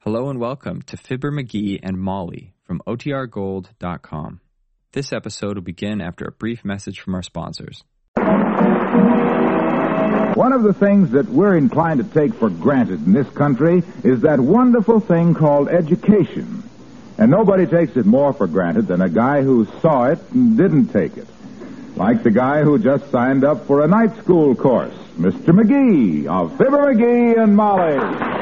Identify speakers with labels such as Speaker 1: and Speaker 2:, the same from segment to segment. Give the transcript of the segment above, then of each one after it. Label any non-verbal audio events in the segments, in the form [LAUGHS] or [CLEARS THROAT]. Speaker 1: Hello and welcome to Fibber McGee and Molly from OTRGold.com. This episode will begin after a brief message from our sponsors.
Speaker 2: One of the things that we're inclined to take for granted in this country is that wonderful thing called education. And nobody takes it more for granted than a guy who saw it and didn't take it. Like the guy who just signed up for a night school course, Mr. McGee of Fibber McGee and Molly.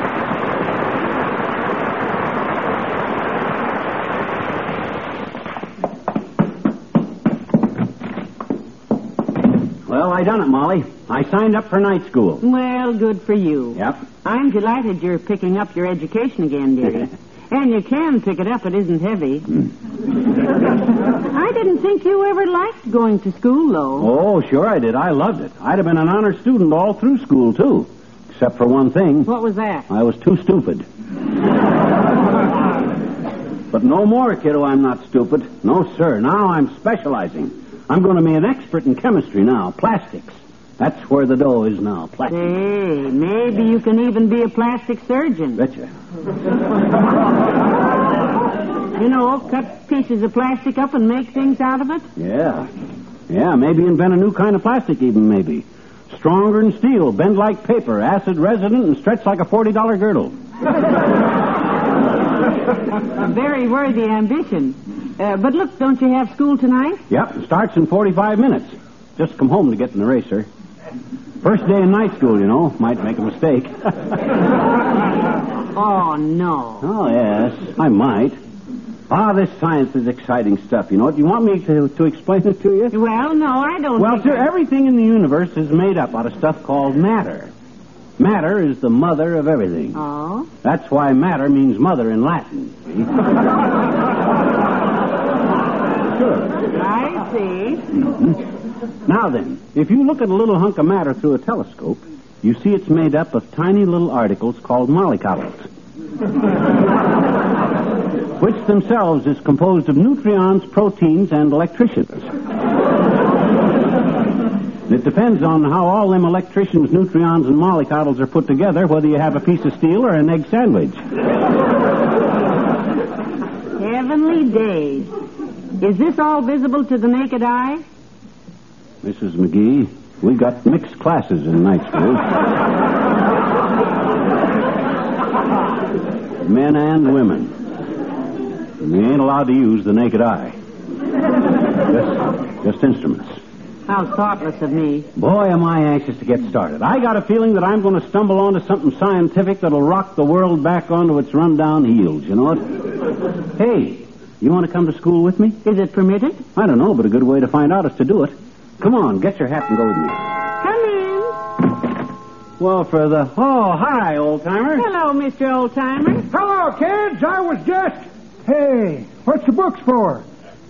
Speaker 3: Well, I done it, Molly. I signed up for night school.
Speaker 4: Well, good for you.
Speaker 3: Yep.
Speaker 4: I'm delighted you're picking up your education again,
Speaker 3: [LAUGHS]
Speaker 4: dearie. and you can pick it up, it isn't heavy.
Speaker 3: Hmm.
Speaker 4: I didn't think you ever liked going to school, though.
Speaker 3: Oh, sure I did. I loved it. I'd have been an honor student all through school, too. Except for one thing.
Speaker 4: What was that?
Speaker 3: I was too stupid. but no more, kiddo, I'm not stupid. No, sir. Now I'm specializing. I'm going to be an expert in chemistry now, plastics. That's where the dough is now, plastics.
Speaker 4: Hey, maybe you can even be a plastic surgeon.
Speaker 3: Betcha.
Speaker 4: You know, cut pieces of plastic up and make things out of it.
Speaker 3: Yeah. Yeah, maybe invent a new kind of plastic, even maybe. Stronger than steel, bend like paper, acid resident, and stretch like a $40 girdle.
Speaker 4: A very worthy ambition. Uh, but look, don't you have school tonight?
Speaker 3: Yep, starts in 45 minutes. Just come home to get an eraser. First day in night school, you know. Might make a mistake. [LAUGHS]
Speaker 4: Oh, no.
Speaker 3: oh, yes, I might. Ah, this science is exciting stuff, you know. Do you want me to, to explain it to you?
Speaker 4: Well, no, I don't
Speaker 3: Well,
Speaker 4: think
Speaker 3: sir,
Speaker 4: I-
Speaker 3: everything in the universe is made up out of stuff called matter. Matter is the mother of everything.
Speaker 4: Oh?
Speaker 3: That's why matter means mother in Latin. see? sure.
Speaker 4: I see.
Speaker 3: Now then, if you look at a little hunk of matter through a telescope, you see it's made up of tiny little articles called molecules, which themselves is composed of neutrons, proteins, and electricians. It depends on how all them electricians, neutrons, and molecules are put together, whether you have a piece of steel or an egg sandwich.
Speaker 4: Heavenly days. Is this all visible to the naked eye?
Speaker 3: Mrs. McGee, we got mixed classes in night school. Men and women. And we ain't allowed to use the naked eye. Just, just instruments.
Speaker 4: How thoughtless of me.
Speaker 3: Boy, am I anxious to get started. I got a feeling that I'm going to stumble onto something scientific that'll rock the world back onto its rundown heels, you know it? Hey, you want to come to school with me?
Speaker 4: Is it permitted?
Speaker 3: I don't know, but a good way to find out is to do it. Come on, get your hat and go with me.
Speaker 4: Come in.
Speaker 3: Well, for the oh hi, old timer.
Speaker 4: Hello, Mr. Oldtimer.
Speaker 5: Hello, kids. I was just. Hey, what's the books for?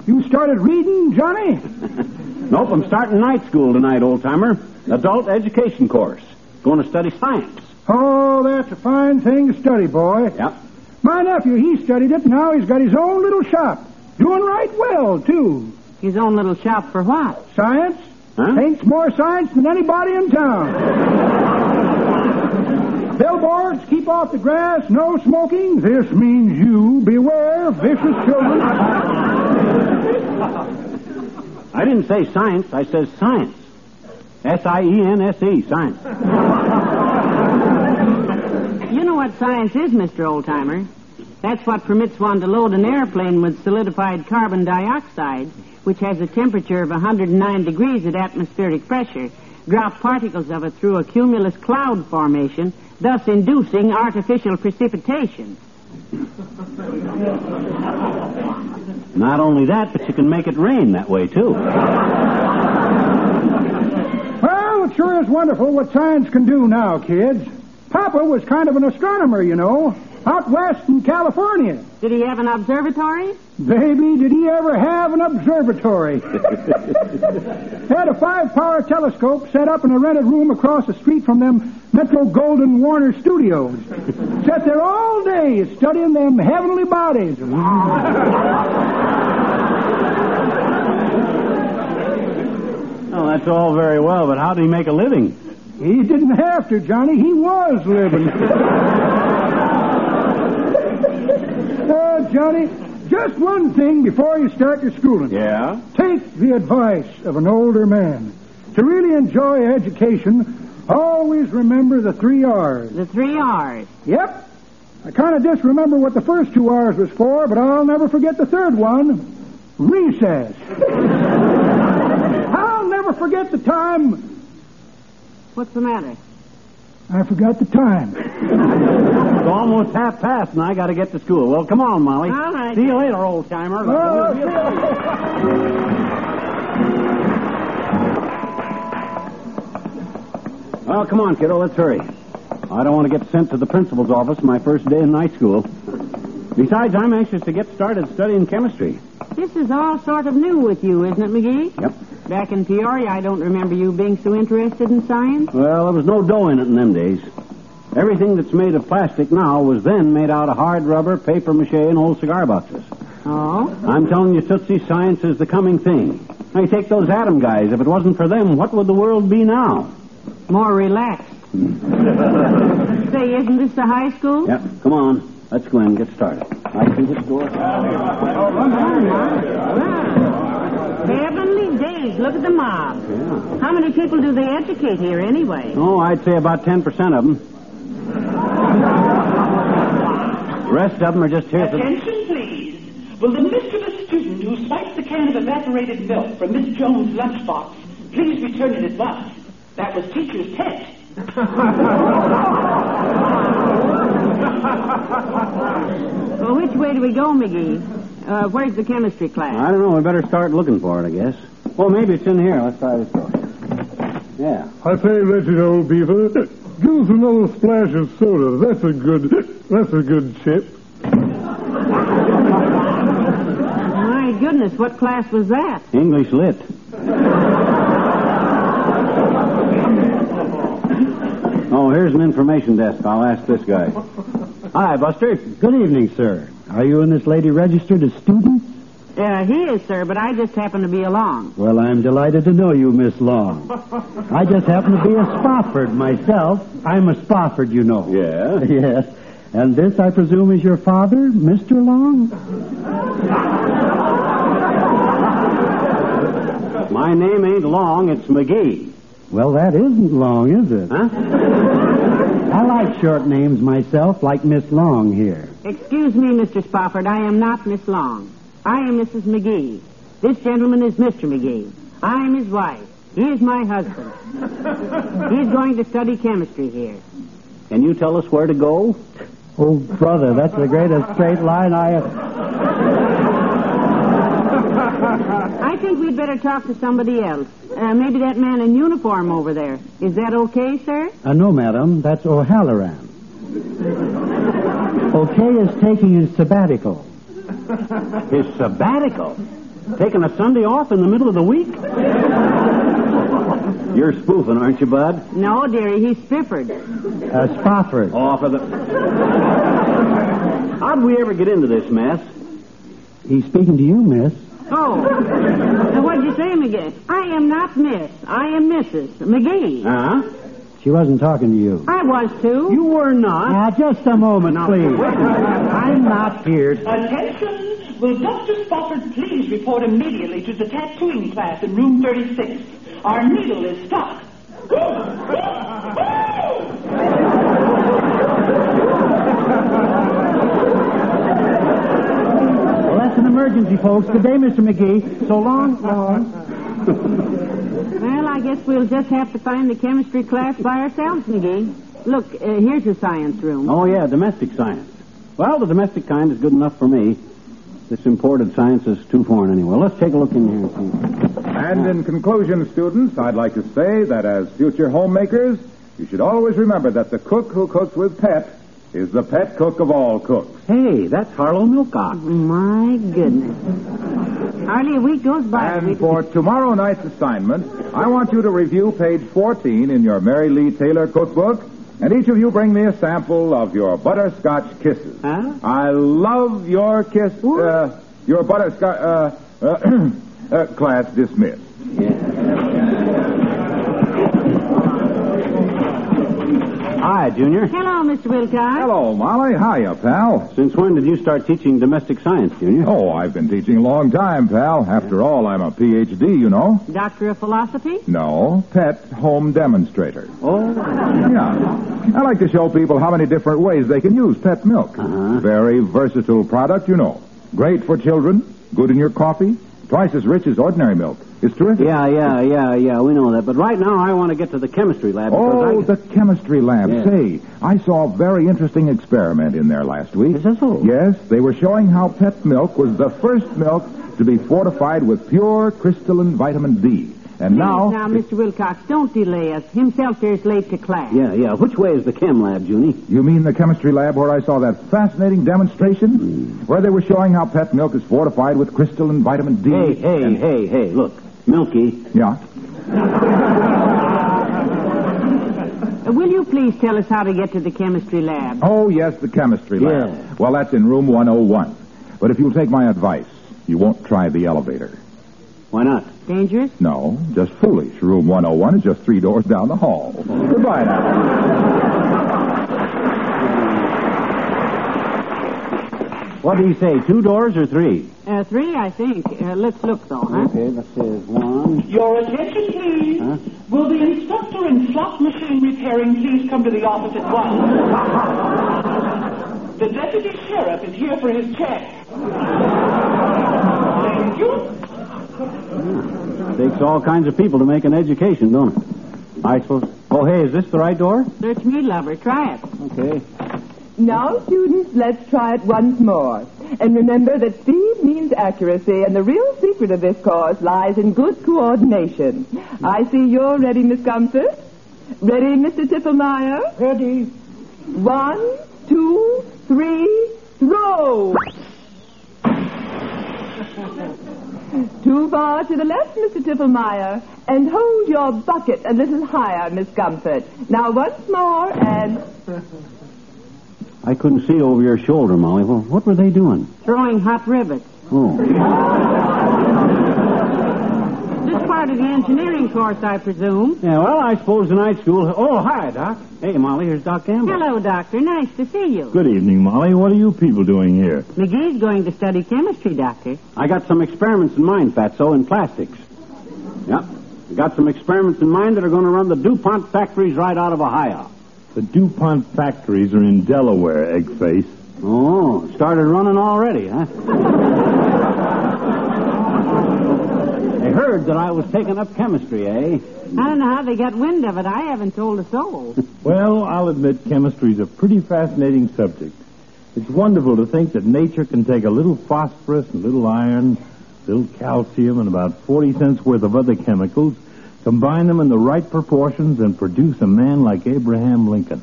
Speaker 5: You started reading, Johnny?
Speaker 3: Nope, I'm starting night school tonight, old timer. Adult education course. Going to study science.
Speaker 5: Oh, that's a fine thing to study, boy.
Speaker 3: Yep.
Speaker 5: My nephew, he studied it, and now he's got his own little shop. Doing right well, too.
Speaker 4: His own little shop for what?
Speaker 5: Science?
Speaker 3: Huh?
Speaker 5: Thinks more science than anybody in town. Billboards, keep off the grass, no smoking. This means you. Beware, vicious children.
Speaker 3: I didn't say science. I says science. S I E N S E science.
Speaker 4: You know what science is, Mr. Oldtimer. That's what permits one to load an airplane with solidified carbon dioxide, which has a temperature of 109 degrees at atmospheric pressure, drop particles of it through a cumulus cloud formation, thus inducing artificial precipitation.
Speaker 3: Not only that, but you can make it rain that way too.
Speaker 5: Well, it sure is wonderful what science can do now, kids. Papa was kind of an astronomer, you know, out west in California.
Speaker 4: Did he have an observatory?
Speaker 5: Baby, did he ever have an observatory? Had a five power telescope set up in a rented room across the street from them Metro Golden Warner studios. Sat there all day studying them heavenly bodies.
Speaker 3: Oh, that's all very well, but how do you make a living?
Speaker 5: He didn't have to, Johnny. He was living. Uh, Johnny, just one thing before you start your schooling.
Speaker 3: Yeah?
Speaker 5: Take the advice of an older man. To really enjoy education, always remember the three R's.
Speaker 4: The three R's.
Speaker 5: Yep. I kind of just remember what the first two R's was for, but I'll never forget the third one. Recess. I'll never forget the time.
Speaker 4: What's the matter?
Speaker 5: I forgot the time.
Speaker 3: It's almost half past, and I got to get to school. Well, come on, Molly.
Speaker 4: All right.
Speaker 3: See you later, old timer. Well, come on, kiddo. Let's hurry. I don't want to get sent to the principal's office my first day in night school. Besides, I'm anxious to get started studying chemistry.
Speaker 4: This is all sort of new with you, isn't it, McGee?
Speaker 3: Yep.
Speaker 4: Back in Peoria, I don't remember you being so interested in science.
Speaker 3: Well, there was no dough in it in them days. Everything that's made of plastic now was then made out of hard rubber, paper mache, and old cigar boxes.
Speaker 4: Oh?
Speaker 3: I'm telling you, Tootsie, science is the coming thing. Hey, take those atom guys. If it wasn't for them, what would the world be now?
Speaker 4: More relaxed.
Speaker 3: [LAUGHS]
Speaker 4: Say, isn't this the high school?
Speaker 3: Yep. Come on. Let's go in and get started. I can just go.
Speaker 4: Wow. Heavenly days, look at the mob. How many people do they educate here anyway?
Speaker 3: Oh, I'd say about 10% of them. The rest of them are just here for the...
Speaker 6: Attention, please. Will the mischievous student who swiped the can of evaporated milk from Miss Jones' lunchbox please return it at once? That was teacher's pet.
Speaker 4: Well, which way do we go, McGee? Uh, where's the chemistry class?
Speaker 3: I don't know. We better start looking for it, I guess. Well, maybe it's in here. Let's try this door. Yeah.
Speaker 7: I say, wretched old beaver, give us another splash of soda. That's a good, that's a good chip.
Speaker 4: My goodness, what class was that?
Speaker 3: English lit. oh, here's an information desk. I'll ask this guy. Hi, Buster. Good evening, sir. Are you and this lady registered as students?
Speaker 4: Uh, he is, sir, but I just happened to be along.
Speaker 3: Well, I'm delighted to know you, Miss Long. I just happen to be a Spofford myself. I'm a Spofford, you know. Yeah? [LAUGHS] Yes. And this, I presume, is your father, Mr. Long? My name ain't Long, it's McGee. Well, that isn't long, is it? Huh? I like short names myself, like Miss Long here.
Speaker 4: Excuse me, Mr. Spofford, I am not Miss Long. I am Mrs. McGee. This gentleman is Mr. McGee. I am his wife. He is my husband. He's going to study chemistry here.
Speaker 3: Can you tell us where to go?
Speaker 8: Oh, brother, that's the greatest straight line I.
Speaker 4: I think we'd better talk to somebody else. Uh, maybe that man in uniform over there. Is that okay, sir?
Speaker 8: Uh, no, madam, that's O'Halloran. Okay is taking his sabbatical.
Speaker 3: His sabbatical? Taking a Sunday off in the middle of the week? You're spoofing, aren't you, Bud?
Speaker 4: No, dearie, he's Spifford.
Speaker 8: Uh, Spofford.
Speaker 3: Off of the. How'd we ever get into this mess?
Speaker 8: He's speaking to you, miss.
Speaker 4: Oh. Now, what'd you say, McGee? I am not Miss. I am Mrs. McGee.
Speaker 3: Huh?
Speaker 8: She wasn't talking to you.
Speaker 4: I was too.
Speaker 3: You Uh-huh. were not.
Speaker 8: Now, just a moment, please. I'm not here.
Speaker 6: Attention. Will Dr. Spofford please report immediately to the tattooing class in room 36? Our needle is stuck. Woo! Woo! Woo!
Speaker 8: Well, that's an emergency, folks. Good day, Mr. McGee. So long, long.
Speaker 4: Well, I guess we'll just have to find the chemistry class by ourselves, McGee. Look, uh, here's the science room.
Speaker 3: Oh, yeah, domestic science. Well, the domestic kind is good enough for me. This imported science is too foreign anyway. Let's take a look in here and see.
Speaker 2: And in conclusion, students, I'd like to say that as future homemakers, you should always remember that the cook who cooks with pet is the pet cook of all cooks.
Speaker 3: Hey, that's Harlow Milcock.
Speaker 4: My goodness. Hardly a week goes by. that we-
Speaker 2: And for tomorrow night's assignment, I want you to review page 14 in your Mary Lee Taylor cookbook, and each of you bring me a sample of your butterscotch kisses.
Speaker 3: Huh?
Speaker 2: I love your kiss, uh, your butterscotch, uh, uh, [CLEARS THROAT] uh, class dismissed.
Speaker 3: Hi, Junior.
Speaker 4: Hello, Mr. Wilcox.
Speaker 2: Hello, Molly. Hiya, pal.
Speaker 3: Since when did you start teaching domestic science, Junior?
Speaker 2: Oh, I've been teaching a long time, pal. After all, I'm a PhD, you know.
Speaker 4: Doctor of Philosophy?
Speaker 2: No, pet home demonstrator.
Speaker 3: Oh.
Speaker 2: Yeah. I like to show people how many different ways they can use pet milk.
Speaker 3: Uh-huh.
Speaker 2: Very versatile product, you know. Great for children, good in your coffee, twice as rich as ordinary milk. It's terrific.
Speaker 3: Yeah, yeah, yeah, yeah. We know that. But right now, I want to get to the chemistry lab.
Speaker 2: Oh,
Speaker 3: because I...
Speaker 2: the chemistry lab.
Speaker 3: Yeah.
Speaker 2: Say, I saw a very interesting experiment in there last week.
Speaker 3: Is that so?
Speaker 2: Yes, they were showing how pet milk was the first milk to be fortified with pure crystalline vitamin D. And now,
Speaker 4: Please, now, Mr. Wilcox, don't delay us. Himself there's late to class.
Speaker 3: Yeah, yeah. Which way is the chem lab, Junie?
Speaker 2: you mean the chemistry lab where I saw that fascinating demonstration?
Speaker 3: Mm.
Speaker 2: Where they were showing how pet milk is fortified with crystalline vitamin D.
Speaker 3: Hey, hey, hey, hey. Look, Milky.
Speaker 2: Yeah.
Speaker 4: Uh, will you please tell us how to get to the chemistry lab?
Speaker 2: Oh, yes, the chemistry lab.
Speaker 3: Yeah.
Speaker 2: Well, that's in room 101. But if you'll take my advice, you won't try the elevator.
Speaker 3: Why not?
Speaker 4: Dangerous?
Speaker 2: No, just foolish. Room 101 is just three doors down the hall. Goodbye now.
Speaker 3: What do you say? Two doors or three?
Speaker 4: Uh, three, I think. Uh, let's look, though, huh?
Speaker 3: let's see. There's one.
Speaker 6: Your attention, please.
Speaker 3: Huh?
Speaker 6: Will the instructor in slot machine repairing please come to the office at once? the deputy sheriff is here for his check. Thank you.
Speaker 3: Takes all kinds of people to make an education, don't it? I suppose. Oh, hey, is this the right door?
Speaker 4: Search me, lover. Try it.
Speaker 3: Okay.
Speaker 9: Now, students, let's try it once more. And remember that speed means accuracy, and the real secret of this course lies in good coordination. I see you're ready, Miss Comfort. Ready, Mr. Tipplemeyer? Ready. One, two, three, throw! Too far to the left, Mr. Tipplemeyer. And hold your bucket a little higher, Miss Comfort. Now, once more, and
Speaker 3: I couldn't see over your shoulder, Molly. Well, what were they doing?
Speaker 4: Throwing hot rivets.
Speaker 3: Oh.
Speaker 4: This part of the engineering course, I presume.
Speaker 3: Yeah, well, I suppose the night school. Oh, hi, Doc. Hey, Molly, here's Doc Campbell.
Speaker 4: Hello, Doctor. Nice to see you.
Speaker 7: Good evening, Molly. What are you people doing here?
Speaker 4: McGee's going to study chemistry, Doctor.
Speaker 3: I got some experiments in mind, Fatso, in plastics. Yep. I got some experiments in mind that are going to run the DuPont factories right out of Ohio.
Speaker 7: The DuPont factories are in Delaware, Eggface.
Speaker 3: Oh, started running already, huh? they heard that I was taking up chemistry, eh?
Speaker 4: I don't know how they got wind of it. I haven't told a soul.
Speaker 7: Well, I'll admit chemistry's a pretty fascinating subject. It's wonderful to think that nature can take a little phosphorus and a little iron, a little calcium, and about 40 cents worth of other chemicals, combine them in the right proportions, and produce a man like Abraham Lincoln.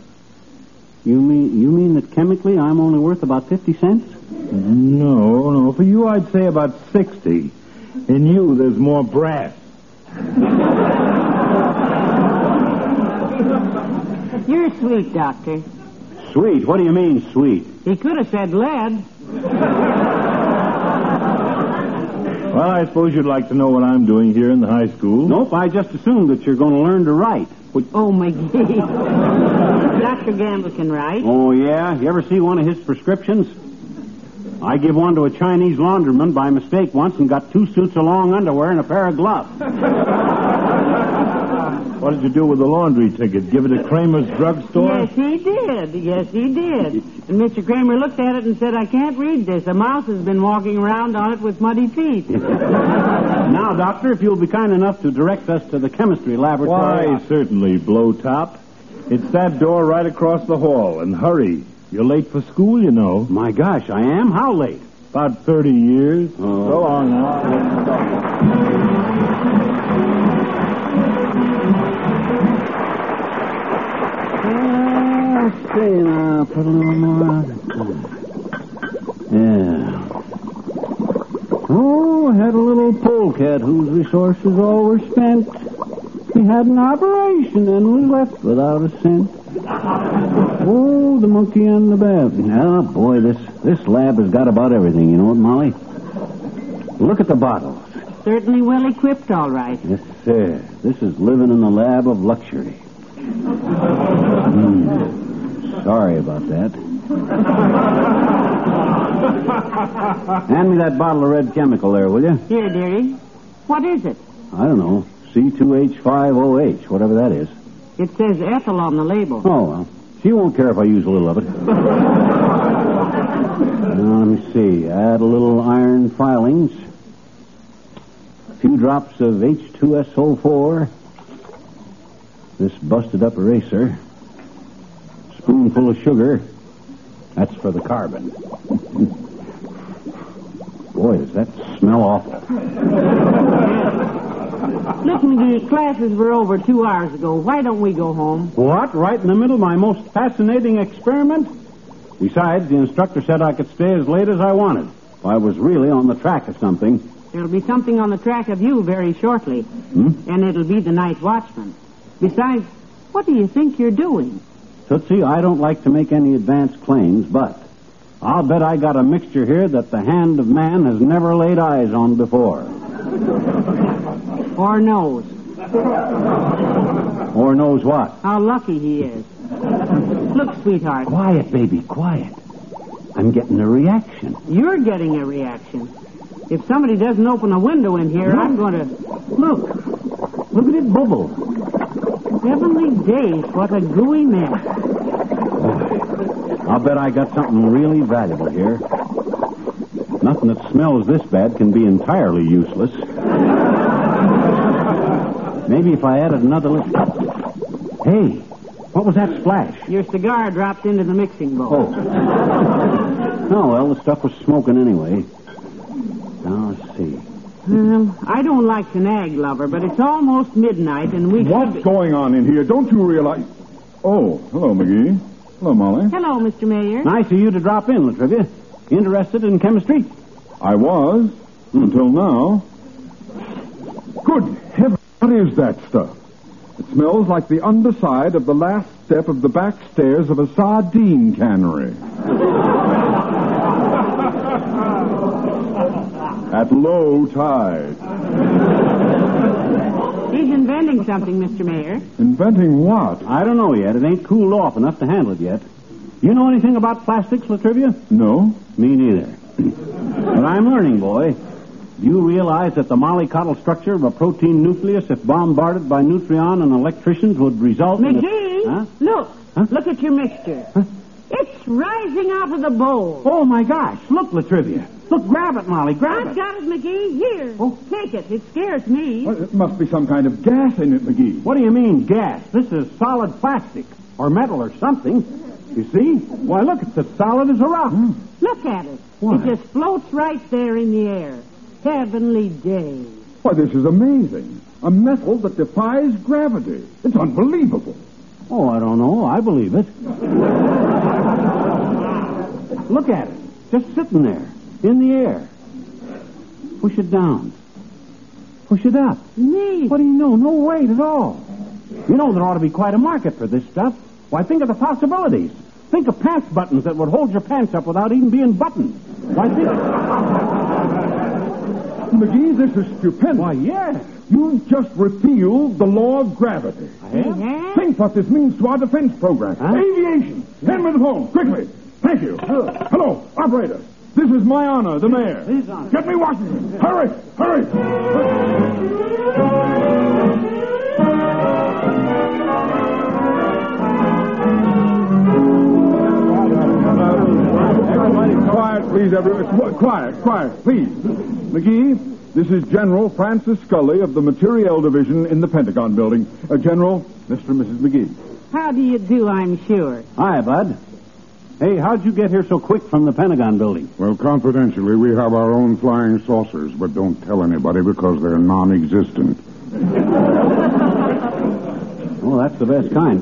Speaker 3: You mean you mean that chemically I'm only worth about fifty cents?
Speaker 7: No, no. For you, I'd say about 60. In you, there's more brass.
Speaker 4: You're sweet, Doctor.
Speaker 3: Sweet. What do you mean, sweet?
Speaker 4: He could have said lead.
Speaker 7: Well, I suppose you'd like to know what I'm doing here in the high school.
Speaker 3: Nope. I just assumed that you're going to learn to write.
Speaker 4: Oh, McGee. Dr. Gamble can write.
Speaker 3: Oh yeah. You ever see one of his prescriptions? I give one to a Chinese laundryman by mistake once and got two suits of long underwear and a pair of [LAUGHS] gloves.
Speaker 7: What did you do with the laundry ticket? Give it to Kramer's drugstore?
Speaker 4: Yes, he did. Yes, he did. And Mr. Kramer looked at it and said, I can't read this. A mouse has been walking around on it with muddy feet.
Speaker 3: now, doctor, if you'll be kind enough to direct us to the chemistry laboratory.
Speaker 7: Why, certainly, Blowtop. It's that door right across the hall. And hurry. You're late for school, you know.
Speaker 3: My gosh, I am. How late?
Speaker 7: About 30 years.
Speaker 3: Oh.
Speaker 7: So long, Molly.
Speaker 3: Let's see now. Put Ah, a little more. Yeah. Oh, had a little polecat whose resources all were spent. We had an operation and we left without a cent. Oh, the monkey on the bed. Oh boy, this this lab has got about everything. You know what, Molly? Look at the bottles.
Speaker 4: Certainly well equipped, all right.
Speaker 3: Yes, sir. This is living in the lab of luxury. Hmm. Sorry about that. Hand me that bottle of red chemical there, will you?
Speaker 4: Here, dearie. What is it?
Speaker 3: I don't know. C2H5OH, whatever that is.
Speaker 4: It says ethyl on the label.
Speaker 3: Oh, well. She won't care if I use a little of it. now, let me see. Add a little iron filings. A few drops of H2SO4. This busted up eraser. Spoonful of sugar. That's for the carbon. [LAUGHS] Boy, does that smell awful.
Speaker 4: Look, McGee, classes were over two hours ago. Why don't we go home?
Speaker 3: What? Right in the middle of my most fascinating experiment? Besides, the instructor said I could stay as late as I wanted. If I was really on the track of something.
Speaker 4: There'll be something on the track of you very shortly. And it'll be the night watchman. Besides, what do you think you're doing?
Speaker 3: Tootsie, I don't like to make any advance claims, but I'll bet I got a mixture here that the hand of man has never laid eyes on before.
Speaker 4: Or knows
Speaker 3: Or knows what.
Speaker 4: how lucky he is. Look, sweetheart,
Speaker 3: Quiet, baby, quiet. I'm getting a reaction.
Speaker 4: you're getting a reaction. If somebody doesn't open a window in here, I'm going to.
Speaker 3: Look. Look at it bubble.
Speaker 4: Heavenly days, what a gooey mess.
Speaker 3: I'll bet I got something really valuable here. Nothing that smells this bad can be entirely useless. Maybe if I added another little. Hey, what was that splash?
Speaker 4: Your cigar dropped into the mixing bowl.
Speaker 3: Oh. No, well, the stuff was smoking anyway. Now, let's see.
Speaker 4: Well, I don't like to nag, lover, but it's almost midnight and we should be...
Speaker 2: What's going on in here? Don't you realize? Oh, hello, McGee. Hello, Molly.
Speaker 4: Hello, Mr. Mayor.
Speaker 3: Nice of you to drop in, Latrivia. Interested in chemistry?
Speaker 2: I was until now. Good heavens, what is that stuff? It smells like the underside of the last step of the back stairs of a sardine cannery. At low tide.
Speaker 4: He's inventing something, Mr. Mayor.
Speaker 2: Inventing what?
Speaker 3: I don't know yet. It ain't cooled off enough to handle it yet. You know anything about plastics, Latrivia?
Speaker 2: No.
Speaker 3: Me neither. but I'm learning, boy. Do you realize that the mollycoddle structure of a protein nucleus, if bombarded by neutron and electricians, would result in. a-
Speaker 4: McGee,
Speaker 3: Huh?
Speaker 4: look.
Speaker 3: Huh?
Speaker 4: Look at your mixture. It's rising out of the bowl.
Speaker 3: Oh, my gosh. Look, Latrivia. Look, grab it, Molly. Grab it.
Speaker 4: I've got it, McGee. Here.
Speaker 3: Oh.
Speaker 4: Take it. It scares me.
Speaker 2: Well, it must be some kind of gas in it, McGee.
Speaker 3: What do you mean, gas? This is solid plastic, or metal, or something. You see? Why, look, it's as solid as a rock.
Speaker 4: Look at it.
Speaker 3: What?
Speaker 4: It just floats right there in the air. Heavenly day.
Speaker 2: Why, this is amazing. A metal that defies gravity. It's unbelievable.
Speaker 3: Oh, I don't know. I believe it. Look at it. Just sitting there, in the air. Push it down. Push it up.
Speaker 4: Me.
Speaker 3: What do you know? No weight at all. You know, there ought to be quite a market for this stuff. Why, think of the possibilities. Think of pants buttons that would hold your pants up without even being buttoned. Why, think.
Speaker 2: McGee, this is stupendous.
Speaker 3: Why, yes.
Speaker 2: You've just repealed the law of gravity.
Speaker 4: Yeah?
Speaker 2: Think what this means to our defense program. Aviation. Hand me the phone, quickly. Thank you. Hello, operator. This is my honor, the mayor.
Speaker 3: his honor.
Speaker 2: Get me Washington. Hurry, hurry. Everybody quiet, please, everyone. Quiet, quiet, please. McGee, this is General Francis Scully of the Materiel Division in the Pentagon Building. Uh, General, Mr. and Mrs. McGee.
Speaker 4: How do you do, I'm sure?
Speaker 3: Hi, Bud. Hey, how'd you get here so quick from the Pentagon building?
Speaker 2: Well, confidentially, we have our own flying saucers, but don't tell anybody because they're non existent.
Speaker 3: Oh, that's the best kind.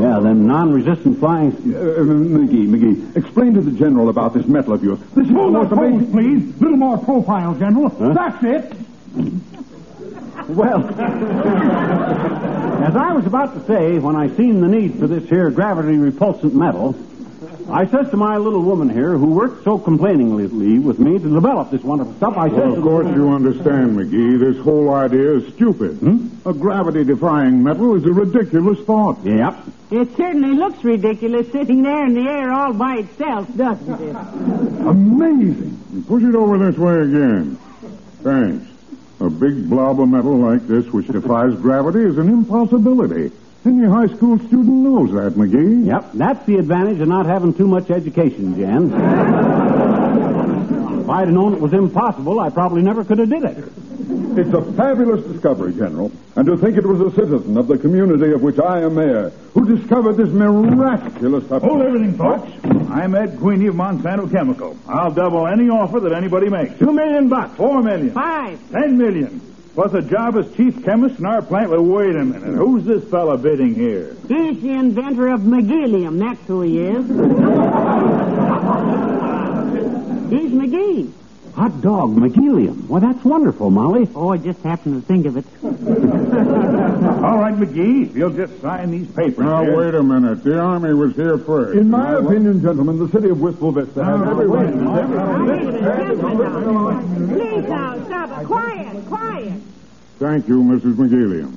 Speaker 3: Yeah, them non-resistant flying.
Speaker 2: Uh, McGee, McGee, explain to the general about this metal of yours. This is
Speaker 5: Hold
Speaker 2: most
Speaker 5: that pose,
Speaker 2: amazing.
Speaker 5: please. Little more profile, General. That's it.
Speaker 3: Well, as I was about to say, when I seen the need for this here gravity repulsant metal, I says to my little woman here, who worked so complainingly with me to develop this wonderful stuff, I says
Speaker 2: Well,
Speaker 3: to
Speaker 2: of
Speaker 3: the-
Speaker 2: course you understand, McGee. This whole idea is stupid. A gravity-defying metal is a ridiculous thought.
Speaker 3: Yep.
Speaker 4: It certainly looks ridiculous sitting there in the air all by itself,
Speaker 3: [LAUGHS]
Speaker 4: doesn't it?
Speaker 2: Amazing. Push it over this way again. Thanks. A big blob of metal like this, which defies gravity, is an impossibility. Any high school student knows that, McGee.
Speaker 3: Yep. That's the advantage of not having too much education, Jan. if I'd have known it was impossible, I probably never could have did it.
Speaker 2: It's a fabulous discovery, General. And to think it was a citizen of the community of which I am mayor who discovered this miraculous...
Speaker 10: Hold everything, folks. I'm Ed Queenie of Monsanto Chemical. I'll double any offer that anybody makes. Two million bucks. Four million.
Speaker 4: Five.
Speaker 10: Ten million. Plus a job as chief chemist in our plant. Well, wait a minute. Who's this fella bidding here?
Speaker 4: He's the inventor of Megillium. That's who he is. He's McGee.
Speaker 3: Hot dog, McGilliam. Well, that's wonderful, Molly.
Speaker 4: Oh, I just happened to think of it.
Speaker 10: All right, McGee. You'll just sign these papers.
Speaker 2: Now,
Speaker 10: here.
Speaker 2: wait a minute. The Army was here first.
Speaker 10: In my
Speaker 2: opinion, gentlemen, the city of Wistful Vista has
Speaker 10: no, every wait a right- minute.
Speaker 4: Please now, stop it. Quiet, quiet.
Speaker 2: Thank you, Mrs. McGilliam.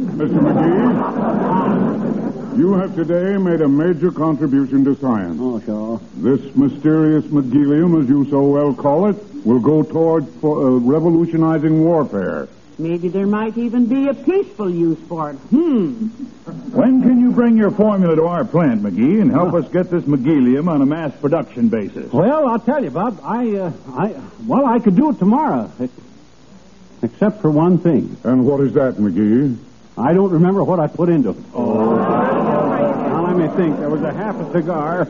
Speaker 2: Mr. McGee, you have today made a major contribution to science.
Speaker 3: Oh, sure.
Speaker 2: This mysterious McGillium, as you so well call it, will go toward for, uh, revolutionizing warfare.
Speaker 4: Maybe there might even be a peaceful use for it. Hmm.
Speaker 10: When can you bring your formula to our plant, McGee, and help us get this McGillium on a mass production basis?
Speaker 3: Well, I'll tell you, Bob. I, uh, I, well, I could do it tomorrow. Ex- Except for one thing.
Speaker 2: And what is that, McGee?
Speaker 3: I don't remember what I put into it. Oh. Now, let me think. There was a half a cigar.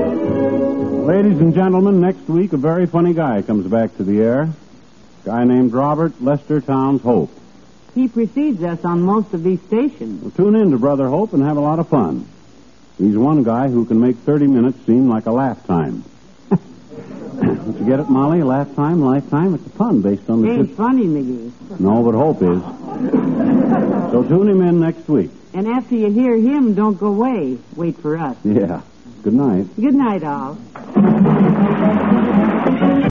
Speaker 3: Ladies and gentlemen, next week a very funny guy comes back to the air. Guy named Robert Lester Towns Hope.
Speaker 4: He precedes us on most of these stations.
Speaker 3: Well, tune in to Brother Hope and have a lot of fun. He's one guy who can make 30 minutes seem like a lifetime. [LAUGHS] Don't you get it, Molly? Lifetime, lifetime. It's a pun based on the.
Speaker 4: Ain't funny, McGee.
Speaker 3: No, but Hope is. so tune him in next week.
Speaker 4: And after you hear him, don't go away. Wait for us.
Speaker 3: Yeah. Good night.
Speaker 4: Good night, all.